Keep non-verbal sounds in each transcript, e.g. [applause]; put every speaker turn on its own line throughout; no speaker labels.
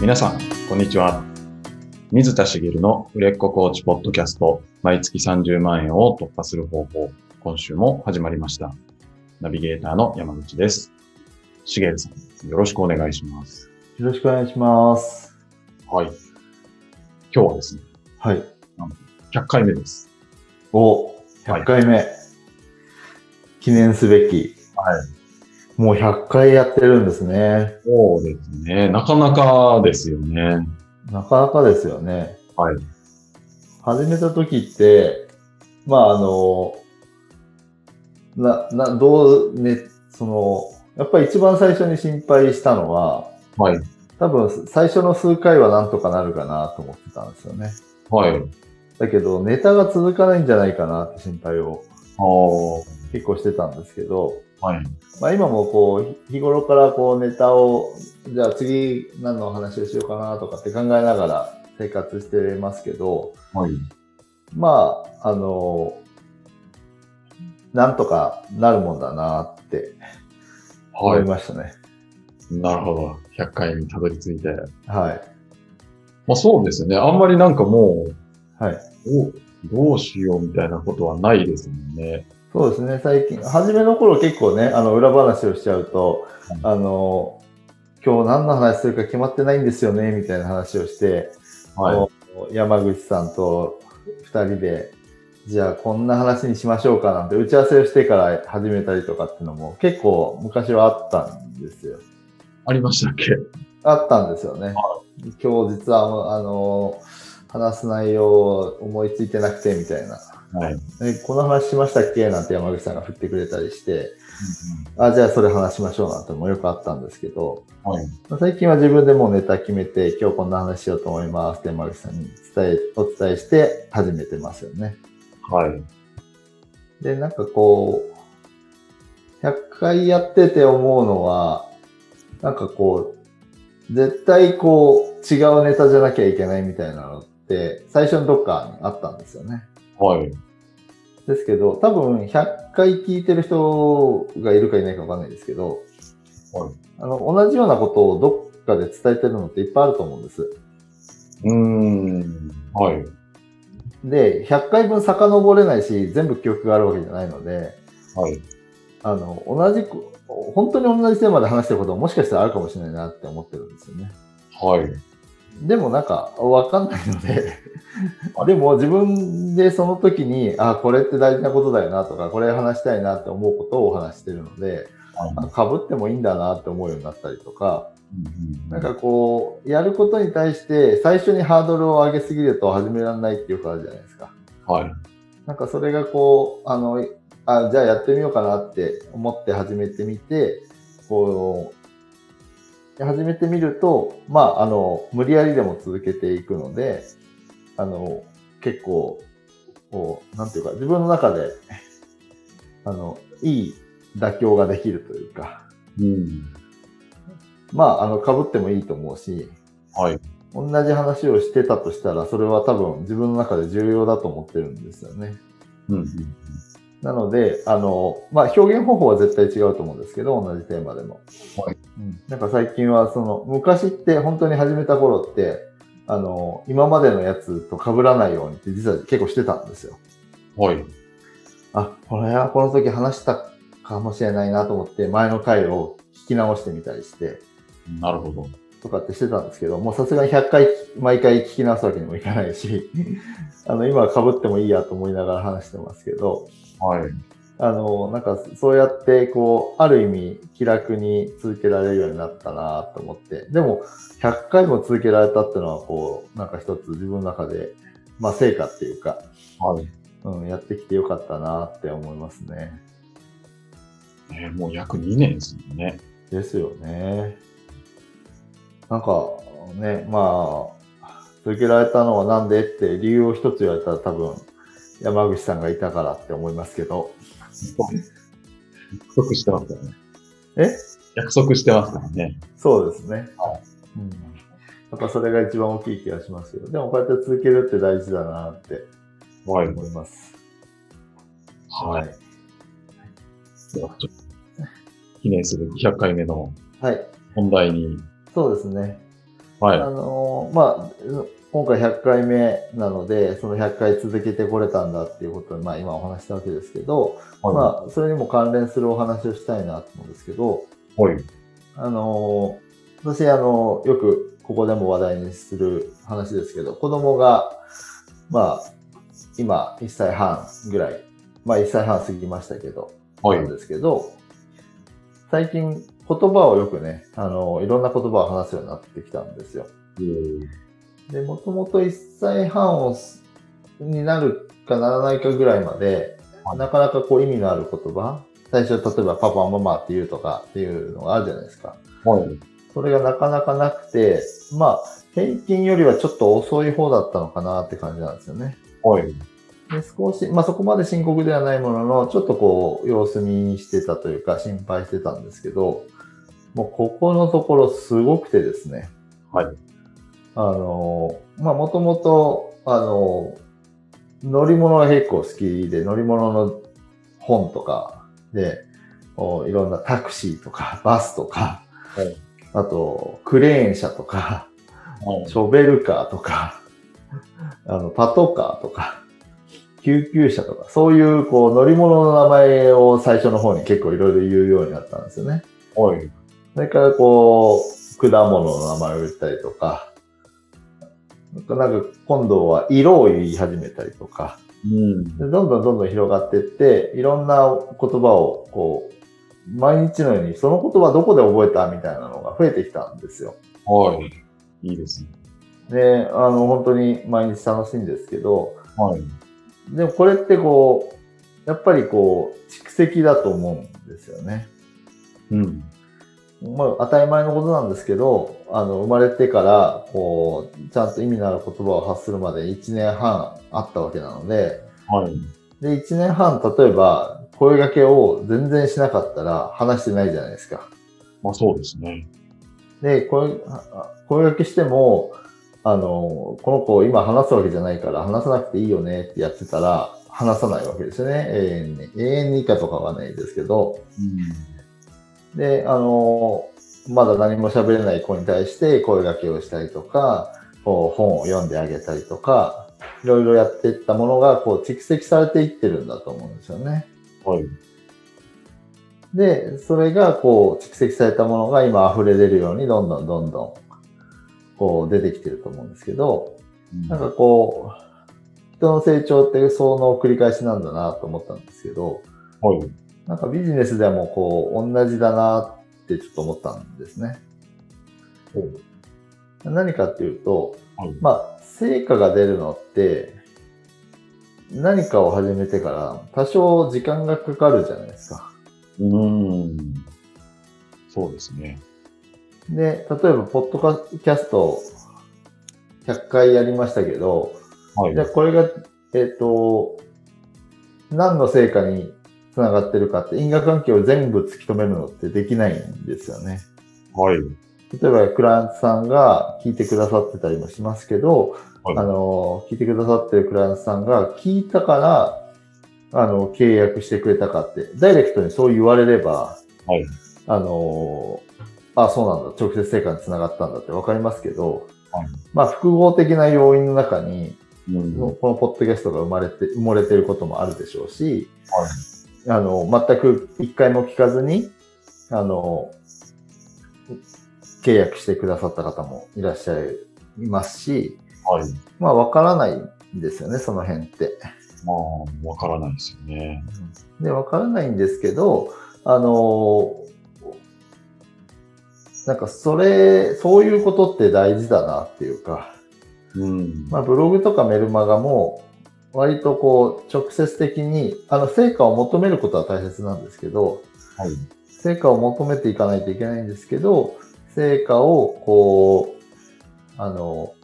皆さん、こんにちは。水田茂の売れっ子コーチポッドキャスト、毎月30万円を突破する方法、今週も始まりました。ナビゲーターの山口です。茂さん、よろしくお願いします。
よろしくお願いします。
はい。今日はですね、
はい。
100回目です。
お、100回目。記念すべき。。
はい
もう100回やってるんですね。
そうですね。なかなかですよね。
なかなかですよね。
はい。
始めた時って、まああの、な、な、どうね、その、やっぱり一番最初に心配したのは、
はい。
多分最初の数回はなんとかなるかなと思ってたんですよね。
はい。
だけど、ネタが続かないんじゃないかなって心配を
あー
結構してたんですけど、
はい。
まあ、今もこう日頃からこうネタをじゃあ次何のお話をしようかなとかって考えながら生活してますけど
はい。
まああのなんとかなるもんだなって思
はい
ましたね。
い。なるほど。100回にたどり着いて。
はい、
まあそうですね。あんまりなんかもう、
はい
おどうしようみたいなことはないですもんね。
そうですね最近初めの頃結構ねあの裏話をしちゃうと、あの今日何の話するか決まってないんですよねみたいな話をして
はい。
山口さんと2人で、じゃあこんな話にしましょうかなんて打ち合わせをしてから始めたりとかっていうのも結構昔はあったんですよ。
ありましたっけ
あったんですよね。今日実はあの話す内容を思いついてなくてみたいな。
はい。
えこの話しましたっけなんて山口さんが振ってくれたりして、あ、じゃあそれ話しましょうなんてのもよくあったんですけど、
はい。
最近は自分でもうネタ決めて、今日こんな話しようと思いますって山口さんに伝え、お伝えして始めてますよね。
はい。
で、なんかこう、100回やってて思うのは、なんかこう、絶対こう、違うネタじゃなきゃいけないみたいなのって、最初のどっかにあったんですよね。
はい。
ですけど、多分100回聞いてる人がいるかいないかわかんないですけど、
はい
あの、同じようなことをどっかで伝えてるのっていっぱいあると思うんです。
うーん。はい。
で、100回分遡れないし、全部記憶があるわけじゃないので、
はい。
あの、同じく、本当に同じテーマで話してることももしかしたらあるかもしれないなって思ってるんですよね。
はい。
でもなんか、わかんないので、でも自分でその時に、あ、これって大事なことだよなとか、これ話したいなって思うことをお話ししてるので、
はい。
かぶってもいいんだなって思うようになったりとか、
うん
なんかこう、やることに対して最初にハードルを上げすぎると始められないっていうかあるじゃないですか。
はい。
なんかそれがこう、あの、あじゃあやってみようかなって思って始めてみて、こう、始めてみると、まあ、あの、無理やりでも続けていくので、あの、結構、こう、なんていうか、自分の中で、 [laughs] あの、いい妥協ができるというか、
うん。
まあ、あの、被ってもいいと思うし、
はい。
同じ話をしてたとしたら、それは多分自分の中で重要だと思ってるんですよね。
うんうん。
なので、あの、まあ、表現方法は絶対違うと思うんですけど、同じテーマでも。
はい
うん。なんか最近は、その、昔って本当に始めた頃って、あの、今までのやつと被らないようにって実は結構してたんですよ。
はい。
あ、これはこの時話したかもしれないなと思って、前の回を聞き直してみたりして、
なるほど。
とかってしてたんですけど、もうさすがに100回毎回聞き直すわけにもいかないし、 [laughs] あの、今は被ってもいいやと思いながら話してますけど、
はい。
あの、なんかそうやって、こう、ある意味気楽に続けられるようになったなと思って。でも、100回も続けられたっていうのは、こう、なんか一つ自分の中で、まあ成果っていうか、
はい。
うん、やってきてよかったなって思いますね。
えーもう約2年ですよね。
ですよね。なんか、ね、まあ、続けられたのはなんでって理由を一つ言われたら多分、山口さんがいたからって思いますけど。
約束してますからね。
え
約束してますからね。
そうですね。
は
うん。やっぱそれが一番大きい気がしますけど、でもこうやって続けるって大事だなって
はい。
思います。
はい。。ではちょっと記念すべき100回目の
はい。
本題に
そうですね。
は
あ
い。
のーまあ、今回100回目なので、その100回続けてこれたんだっていうことに、まあ今お話ししたわけですけど、
は
まあ、それにも関連するお話をしたいなと思うんですけど、
い。はい。
あのー私、あのーよくここでも話題にする話ですけど、子供が、まあ、今、1歳半ぐらい、まあ、1歳半過ぎましたけど、
はい
なん。ですけど、最近、言葉をよくね、あのーいろんな言葉を話すようになってきたんですよ。で、もともと1歳半をすになるかならないかぐらいまで
は、い
なかなかこう意味のある言葉、最初例えばパパ、ママって言うとかっていうのがあるじゃないですか。
はい。
それがなかなかなくて、まあ、平均よりはちょっと遅い方だったのかなって感じなんですよね。
はい。
で少し、まあそこまで深刻ではないものの、ちょっとこう、様子見してたというか、心配してたんですけど、もうここのところすごくてですね。
はい。
あの、まあもともと、あの、乗り物が結構好きで、乗り物の本とかで、おいろんなタクシーとか、バスとか、
はい
あと、クレーン車とか、
はい。
ショベルカーとか、あの、パトカーとか、救急車とか、そういう、こう、乗り物の名前を最初の方に結構いろいろ言うようになったんですよね。
はい。
それから、こう、果物の名前を言ったりとか、なんか、なんか今度は色を言い始めたりとか、
うん。
でどんどんどんどん広がっていって、いろんな言葉を、こう、毎日のように、その言葉どこで覚えたみたいなのが増えてきたんですよ。
はい。いいですね。
で、あの、本当に毎日楽しいんですけど、
はい。
でもこれってこう、やっぱりこう、蓄積だと思うんですよね。
うん。
まあ、当たり前のことなんですけど、あの、生まれてから、こう、ちゃんと意味のある言葉を発するまで1年半あったわけなので、
はい。
で、1年半、例えば、声掛けを全然しなかったら話してないじゃないですか。
まあそうですね。
で、声、あ声掛けしても、あの、この子今話すわけじゃないから話さなくていいよねってやってたら話さないわけですよね。永遠に。永遠に以下とかはないですけど。で、あの、まだ何も喋れない子に対して声掛けをしたりとか、こう本を読んであげたりとか、いろいろやっていったものがこう蓄積されていってるんだと思うんですよね。
はい。
で、それがこう蓄積されたものが今溢れ出るようにどんどんどんどんこう出てきてると思うんですけど、なんかこう、人の成長ってその繰り返しなんだなと思ったんですけど、
はい。
なんかビジネスでもこう同じだなってちょっと思ったんですね。何かっていうと、
はい
まあ、成果が出るのって、何かを始めてから多少時間がかかるじゃないですか。
うん。そうですね。
で、例えば、ポッドキャスト100回やりましたけど、
はい。
じゃあこれが、えっ、と、何の成果につながってるかって、因果関係を全部突き止めるのってできないんですよね。
はい。
例えば、クライアントさんが聞いてくださってたりもしますけど、
はい
あの、聞いてくださってるクライアントさんが聞いたから、あの、契約してくれたかって、ダイレクトにそう言われれば、
はい
あの、あ、そうなんだ、直接成果につながったんだってわかりますけど、
はい
まあ、複合的な要因の中に、
うん。
このポッドキャストが生まれて、埋もれてることもあるでしょうし、あの、全く一回も聞かずに、あの、契約してくださった方もいらっしゃいますし、
はい。
まあ、わからないんですよね、その辺って。
まあ、わからないですよね。
で、わからないんですけど、あの、なんか、それ、そういうことって大事だなっていうか、
うん。
まあ、ブログとかメルマガも、割とこう、直接的に、あの、成果を求めることは大切なんですけど、
はい。
成果を求めていかないといけないんですけど、成果を、こう、あの、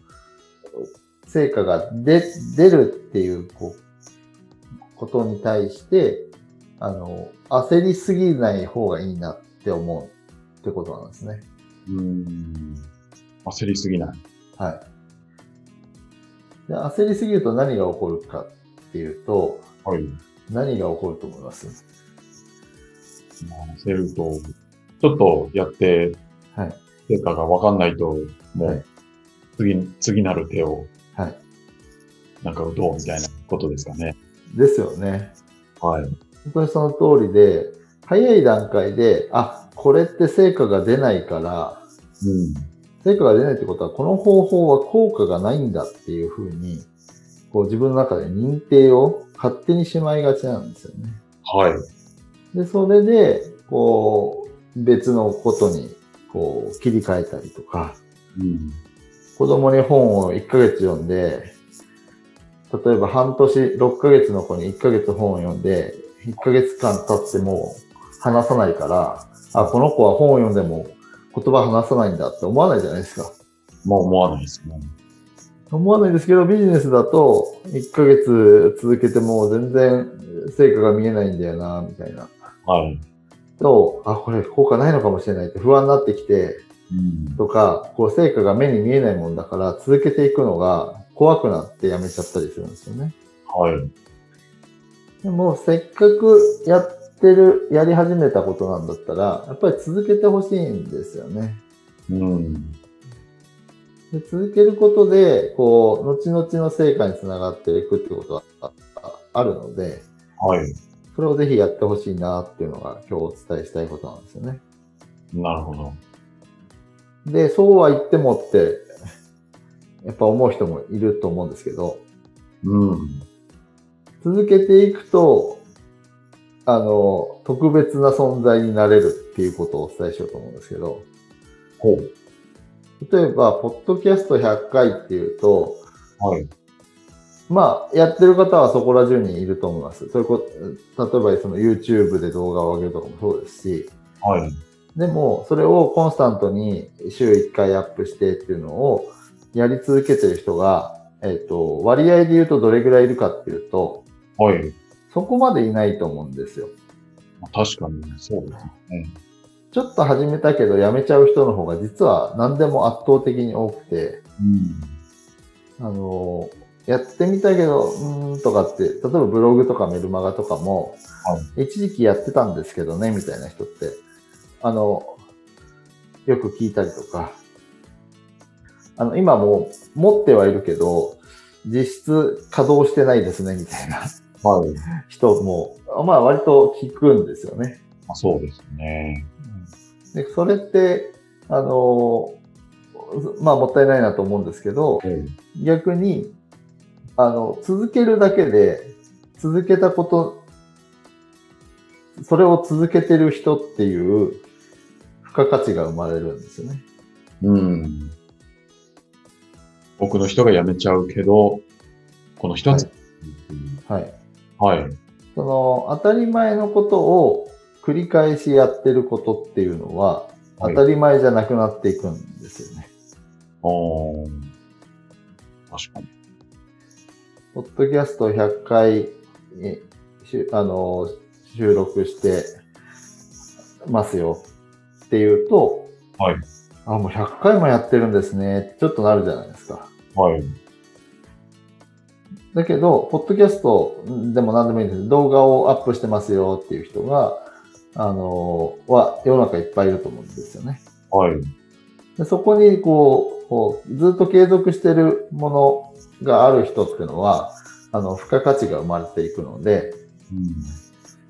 成果が出、出るっていう、こう、ことに対して、あの、焦りすぎない方がいいなって思うってことなんですね。
うん。焦りすぎない。
はい。で焦りすぎると何が起こるかっていうと、
はい。
何が起こると思います
まあ焦ると、ちょっとやって、
はい。
成果がわかんないと、も
は
う
い、
次、次なる手を、
はい。
なんか打とうみたいなことですかね。
ですよね。
はい。
本当にその通りで、早い段階で、あ、これって成果が出ないから、
うん。
成果が出ないってことは、この方法は効果がないんだっていうふうに、こう自分の中で認定を勝手にしまいがちなんですよね。
はい。
で、それで、こう、別のことに、こう、切り替えたりとか、
うん。
子供に本を1ヶ月読んで、例えば半年、6ヶ月の子に1ヶ月本を読んで、1ヶ月間経っても話さないから、あ、この子は本を読んでも言葉話さないんだって思わないじゃないですか。
まあ思わないですね。
思わないですけど、ビジネスだと1ヶ月続けても全然成果が見えないんだよな、みたいな。
はい。
と、あ、これ効果ないのかもしれないって不安になってきて、
うん。
とか、こう成果が目に見えないもんだから続けていくのが怖くなってやめちゃったりするんですよね。
はい。
でもせっかくやってる、やり始めたことなんだったら、やっぱり続けてほしいんですよね。
うん。
で続けることで、こう、後々の成果につながっていくってことがあるので、
はい。
それをぜひやってほしいなっていうのが今日お伝えしたいことなんですよね。
なるほど。
で、そうは言ってもって、やっぱ思う人もいると思うんですけど、
うん。
続けていくと、あの、特別な存在になれるっていうことをお伝えしようと思うんですけど、
ほう。
例えば、ポッドキャスト100回っていうと、
はい。
まあ、やってる方はそこら中にいると思います。それこ、例えばその YouTube で動画を上げるとかもそうですし、
はい。
でも、それをコンスタントに週1回アップしてっていうのをやり続けてる人が、えっ、と、割合で言うとどれぐらいいるかっていうと、
はい。
そこまでいないと思うんですよ。
まあ確かに、そうですね。
ちょっと始めたけどやめちゃう人の方が実は何でも圧倒的に多くて、
うん。
あのやってみたけど、うーんとかって、例えばブログとかメルマガとかも、一時期やってたんですけどね、みたいな人って、あの、よく聞いたりとか、あの、今もう持ってはいるけど、実質稼働してないですね、みたいな
はい。
人も、まあ割と聞くんですよね。
まあ、そうですね。
でそれってあのまあもったいないなと思うんですけど
はい。
逆にあの続けるだけで続けたことそれを続けてる人っていう付加価値が生まれるんですよね。
うん。多くの人が辞めちゃうけど、この一つ。
はい。
はい。
その当たり前のことを繰り返しやってることっていうのは
は
当
い
たり前じゃなくなっていくんですよね。
おー確かに。
ポッドキャスト100回にしゅあの収録してますよっていうと、
はい
あ、もう100回もやってるんですねってちょっとなるじゃないですか。
はい。
だけど、ポッドキャストでも何でもいいんです動画をアップしてますよっていう人が、あの、は世の中いっぱいいると思うんですよね。
はい。
でそこにこうこう、ずっと継続してるものがある人っていうのは、あの、付加価値が生まれていくので、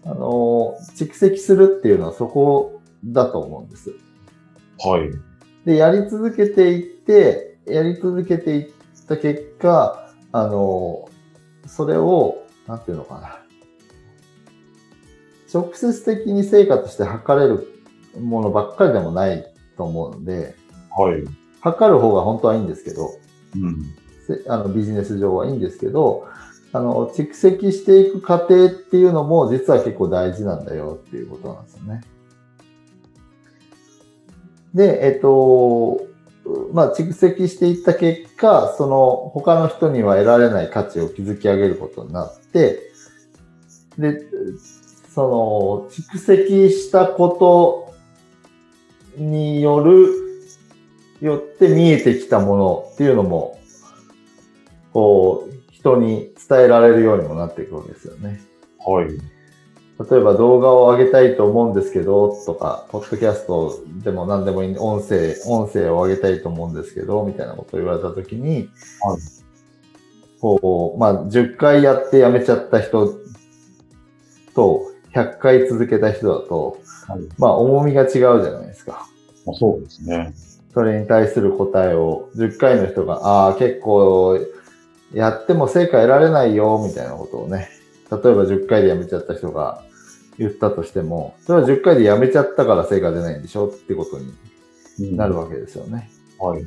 うん
あの、蓄積するっていうのはそこだと思うんです。
はい。
で、やり続けていって、やり続けていった結果、あの、それを、なんていうのかな。直接的に成果として測れるものばっかりでもないと思うんで、
はい。
測る方が本当はいいんですけど、
うん。
せあのビジネス上はいいんですけど、あの、蓄積していく過程っていうのも実は結構大事なんだよっていうことなんですよね。で、えっと、まあ、蓄積していった結果、その他の人には得られない価値を築き上げることになって、で、その、蓄積したことによる、よって見えてきたものっていうのもこう、人に伝えられるようにもなっていくわけですよね。
はい。
例えば動画を上げたいと思うんですけど、とか、ポッドキャストでも何でもいいんで、音声、音声を上げたいと思うんですけど、みたいなことを言われたときに、
はい
こう、まあ、10回やってやめちゃった人と、100回続けた人だと、
はい
まあ、重みが違うじゃないですか。
まあ、そうですね。
それに対する答えを10回の人が、ああ、結構やっても成果得られないよ、みたいなことをね、例えば10回でやめちゃった人が言ったとしても、それは10回でやめちゃったから成果出ないんでしょってことに
うん
なるわけですよね。
はい。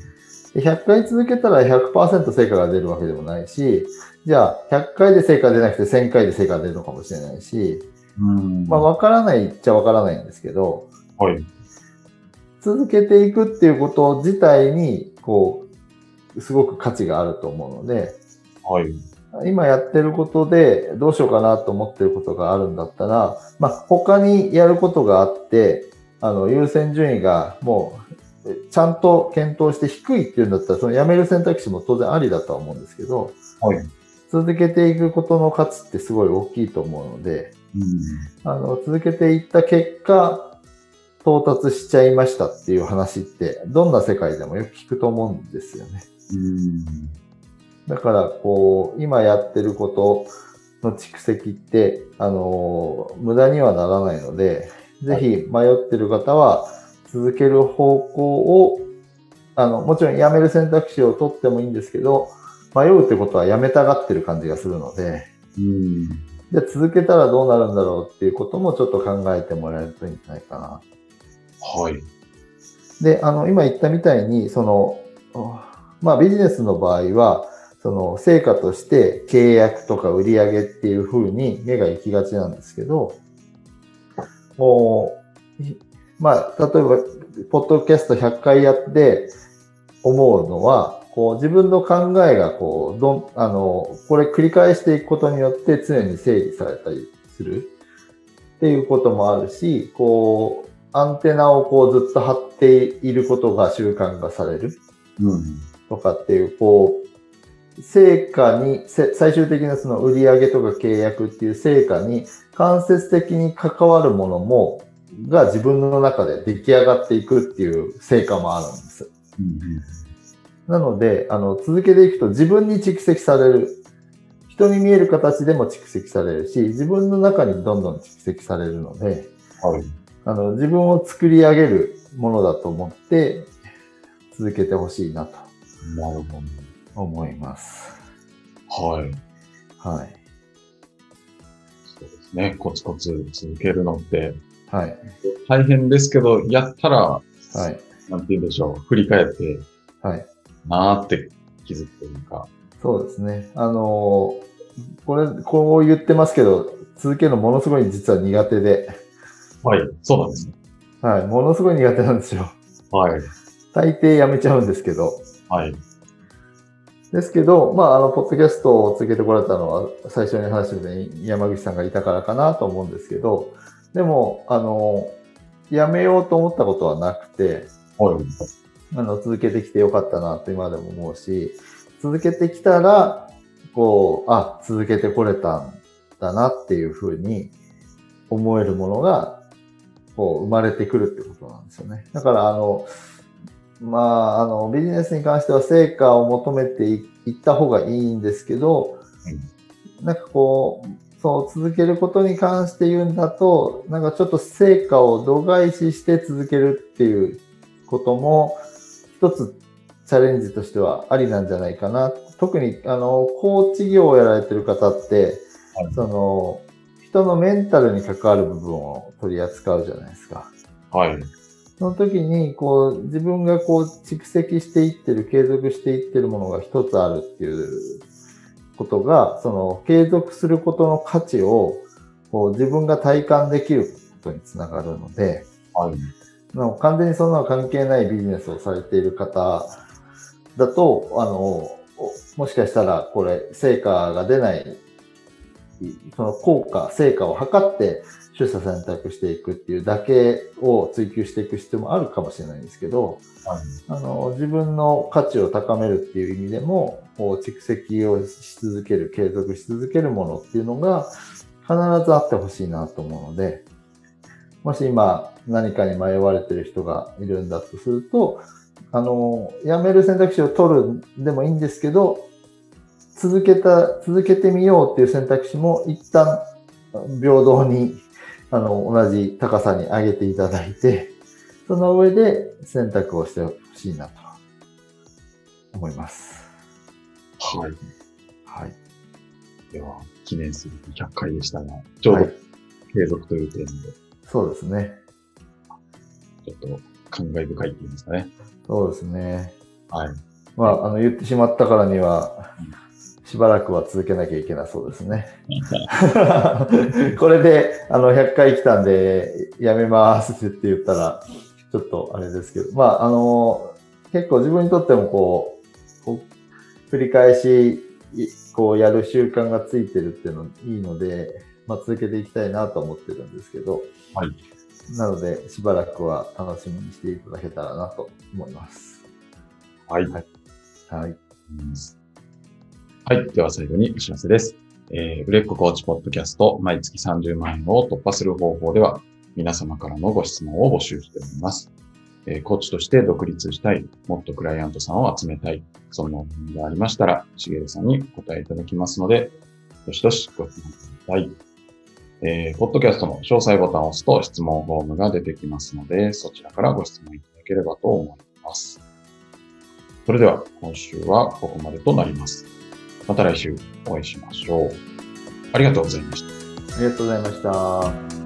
で100回続けたら100%成果が出るわけでもないし、じゃあ100回で成果出なくて1000回で成果が出るのかもしれないし、
うん。
まあわからないっちゃわからないんですけど、
はい。
続けていくっていうこと自体に、こう、すごく価値があると思うので、
はい。
今やってることでどうしようかなと思ってることがあるんだったら、まあ、他にやることがあって、あの、優先順位がもう、えちゃんと検討して低いっていうんだったら、そのやめる選択肢も当然ありだとは思うんですけど、
はい。
続けていくことの価値ってすごい大きいと思うので、
うん。
あの、続けていった結果、到達しちゃいましたっていう話って、どんな世界でもよく聞くと思うんですよね。
うん。
だから、こう、今やってることの蓄積って、あの、無駄にはならないので、ぜひ迷ってる方は、続ける方向を、あの、もちろんやめる選択肢を取ってもいいんですけど、迷うってことはやめたがってる感じがするので、
うん。
じゃあ続けたらどうなるんだろうっていうこともちょっと考えてもらえるといいんじゃないかな
はい。
で、あの、今言ったみたいに、その、まあビジネスの場合は、その成果として契約とか売り上げっていう風に目が行きがちなんですけど、もう、いまあ、例えば、ポッドキャスト100回やって思うのは、こう自分の考えがこう、どん、あの、これ繰り返していくことによって常に整理されたりするっていうこともあるし、こう、アンテナをこうずっと張っていることが習慣化される
うん。
とかっていう、こう、成果に、せ最終的なその売り上げとか契約っていう成果に間接的に関わるものも、が自分の中で出来上がっていくっていう成果もあるんです。
うん。
なので、あの、続けていくと自分に蓄積される。人に見える形でも蓄積されるし、自分の中にどんどん蓄積されるので、
はい。
あの、自分を作り上げるものだと思って、続けてほしいなと
なるほ
思います。
ど。はい。
はい。
そうですね。コツコツ続けるのって
はい。
大変ですけど、やったら、
はい。
なんて言うんでしょう。振り返って、
はい。
なーって気づくというか。
そうですね。あのーこれ、こう言ってますけど、続けるのものすごい実は苦手で、
はい。そうなんですね。
はい。ものすごい苦手なんですよ。
はい。
大抵やめちゃうんですけど。
はい。
ですけど、まあ、あの、ポッドキャストを続けてこられたのは、最初に話したみたいに山口さんがいたからかなと思うんですけど、でも、あの、やめようと思ったことはなくて、
はい。
あの、続けてきてよかったなと今でも思うし、続けてきたら、こう、あ、続けてこれたんだなっていうふうに思えるものが、こう、生まれてくるってことなんですよね。だから、あの、まあ、あの、ビジネスに関しては成果を求めていいった方がいいんですけど、なんかこう、そう、続けることに関して言うんだと、なんかちょっと成果を度外視して続けるっていうことも一つチャレンジとしてはありなんじゃないかな。特にあの、コーチ業をやられてる方って、
はい
その、人のメンタルに関わる部分を取り扱うじゃないですか。
はい。
その時に、こう、自分がこう、蓄積していってる、継続していってるものが一つあるっていうことが、その、継続することの価値を、こう、自分が体感できることにつながるので、
はい。
の完全にそんなの関係ないビジネスをされている方だと、あの、おもしかしたらこれ、成果が出ない、その効果、成果を測って取捨選択していくっていうだけを追求していく必要もあるかもしれないんですけど、
はい。
あの自分の価値を高めるっていう意味でもこう蓄積をし続ける継続し続けるものっていうのが必ずあってほしいなと思うので、もし今何かに迷われてる人がいるんだとすると、あの、やめる選択肢を取るでもいいんですけど、続けた、続けてみようっていう選択肢も一旦平等に、あの、同じ高さに上げていただいて、その上で選択をしてほしいなと思います。
はい。
はい。
では、記念する100回でしたが、ちょうど
はい
継続という点で、
そうですね。
ちょっと感慨深いっていうんですかね。
そうですね。
はい。
まあ、あの、言ってしまったからには、しばらくは続けなきゃいけなそうですね。 [laughs] これで、あの、100回来たんで、やめますって言ったら、ちょっとあれですけど、まあ、あの、結構自分にとってもこう、こう繰り返し、いこうやる習慣がついてるっていうのいいので、まあ、続けていきたいなと思ってるんですけど、
はい
なので、しばらくは楽しみにしていただけたらなと思います。
はい。
はい。
はい。では最後にお知らせです。えー、売れっ子コーチポッドキャスト、毎月30万円を突破する方法では、皆様からのご質問を募集しております。えー、コーチとして独立したい、もっとクライアントさんを集めたい、そんなお悩みがありましたら、しげるさんにお答えいただきますので、どしどしご質問ください。えー、ポッドキャストの詳細ボタンを押すと質問フォームが出てきますので、そちらからご質問いただければと思います。それでは今週はここまでとなります。また来週お会いしましょう。ありがとうございました。
ありがとうございました。